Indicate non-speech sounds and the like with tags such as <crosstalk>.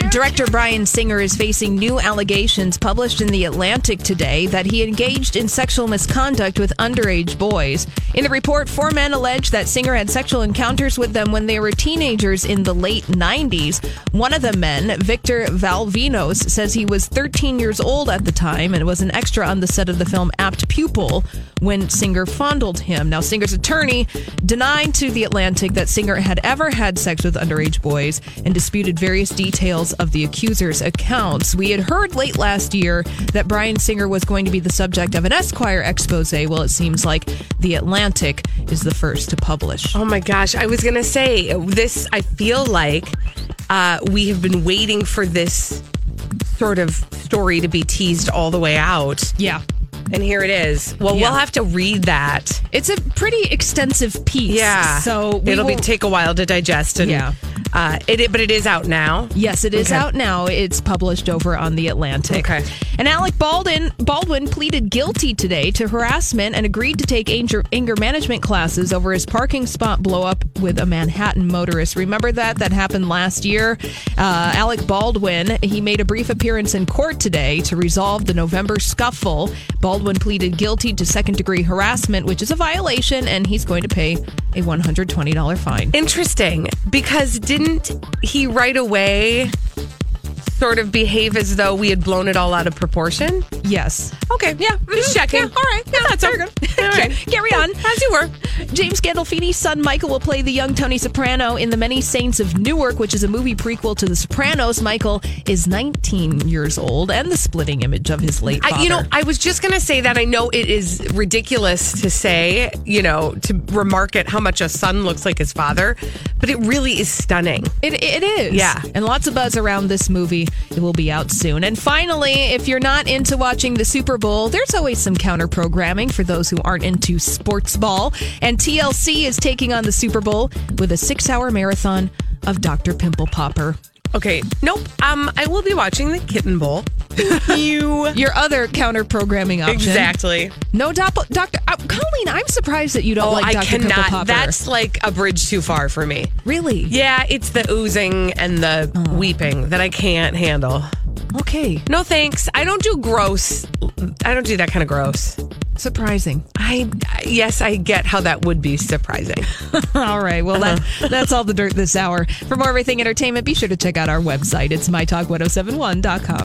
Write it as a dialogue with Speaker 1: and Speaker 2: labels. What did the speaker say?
Speaker 1: dirt.
Speaker 2: Director Brian Singer is facing new allegations published in The Atlantic today that he engaged in sexual misconduct with underage boys. In the report, four men allege that Singer had sexual encounters with them when they were teenagers in the late 90s. One of the men, Victor Valvinos, says he was 13 years old at the time and was an extra on the set of the film Apt Pupil when Singer fondled him. Now, Singer's attorney denied to The Atlantic that Singer had ever had sex with underage boys and disputed various details of the accuser's accounts. We had heard late last year that Brian Singer was going to be the subject of an Esquire expose. Well, it seems like The Atlantic is the first to publish.
Speaker 3: Oh my gosh, I was gonna say this. I feel like uh, we have been waiting for this sort of story to be teased all the way out,
Speaker 2: Yeah.
Speaker 3: and here it is. Well,
Speaker 2: Yeah.
Speaker 3: we'll have to read that.
Speaker 2: It's a pretty extensive piece. So we
Speaker 3: it'll be
Speaker 2: will-
Speaker 3: take a while to digest. And,
Speaker 2: Yeah.
Speaker 3: uh, it i- but it is out now.
Speaker 2: Yes, it is
Speaker 3: Okay.
Speaker 2: out now. It's published over on The Atlantic.
Speaker 3: Okay.
Speaker 2: And Alec Baldwin, Baldwin pleaded guilty today to harassment and agreed to take anger, anger management classes over his parking spot blowup with a Manhattan motorist. Remember that? That happened last year. Uh, Alec Baldwin, he made a brief appearance in court today to resolve the November scuffle. Baldwin pleaded guilty to second degree harassment, which is a violation, and he's going to pay a $120 fine.
Speaker 3: Interesting, because didn't he right away sort of behave as though we had blown it all out of proportion?
Speaker 2: Yes.
Speaker 3: Okay, yeah, just checking.
Speaker 2: Yeah, all right. Yeah,
Speaker 3: that's
Speaker 2: very
Speaker 3: all.
Speaker 2: good.
Speaker 3: All
Speaker 2: <laughs>
Speaker 3: right.
Speaker 2: Carry
Speaker 3: <laughs>
Speaker 2: on.
Speaker 3: As you were.
Speaker 2: James Gandolfini's son Michael will play the young Tony Soprano in The Many Saints of Newark, which is a movie prequel to The Sopranos. Michael is 19 years old and the splitting image of his late father.
Speaker 3: I, you know, I was just going to say that I know it is ridiculous to say, you know, to remark at how much a son looks like his father, but it really is stunning.
Speaker 2: It, it is.
Speaker 3: Yeah.
Speaker 2: And lots of buzz around this movie. It will be out soon. And finally, if you're not into watching the Super Bowl, there's always some counter programming for those who aren't into sports ball. And TLC is taking on the Super Bowl with a six hour marathon of Dr. Pimple Popper.
Speaker 3: Okay, nope. Um, I will be watching the Kitten Bowl. you
Speaker 2: Your other counter programming option.
Speaker 3: <laughs> exactly.
Speaker 2: No, doppel- Dr. Uh, Colleen, I'm surprised that you don't
Speaker 3: Oh,
Speaker 2: like Dr.
Speaker 3: I
Speaker 2: Pimple
Speaker 3: cannot.
Speaker 2: Popper.
Speaker 3: That's like a bridge too far for me.
Speaker 2: really?
Speaker 3: Yeah, it's the oozing and the
Speaker 2: Oh.
Speaker 3: weeping that I can't handle.
Speaker 2: Okay.
Speaker 3: No thanks. I don't do gross. I don't do that kind of gross.
Speaker 2: Surprising.
Speaker 3: I yes, I get how that would be surprising.
Speaker 2: <laughs> All right. Well, that, that's oh all the dirt this hour. For more everything entertainment, be sure to check out our website. It's mytalk1071.com.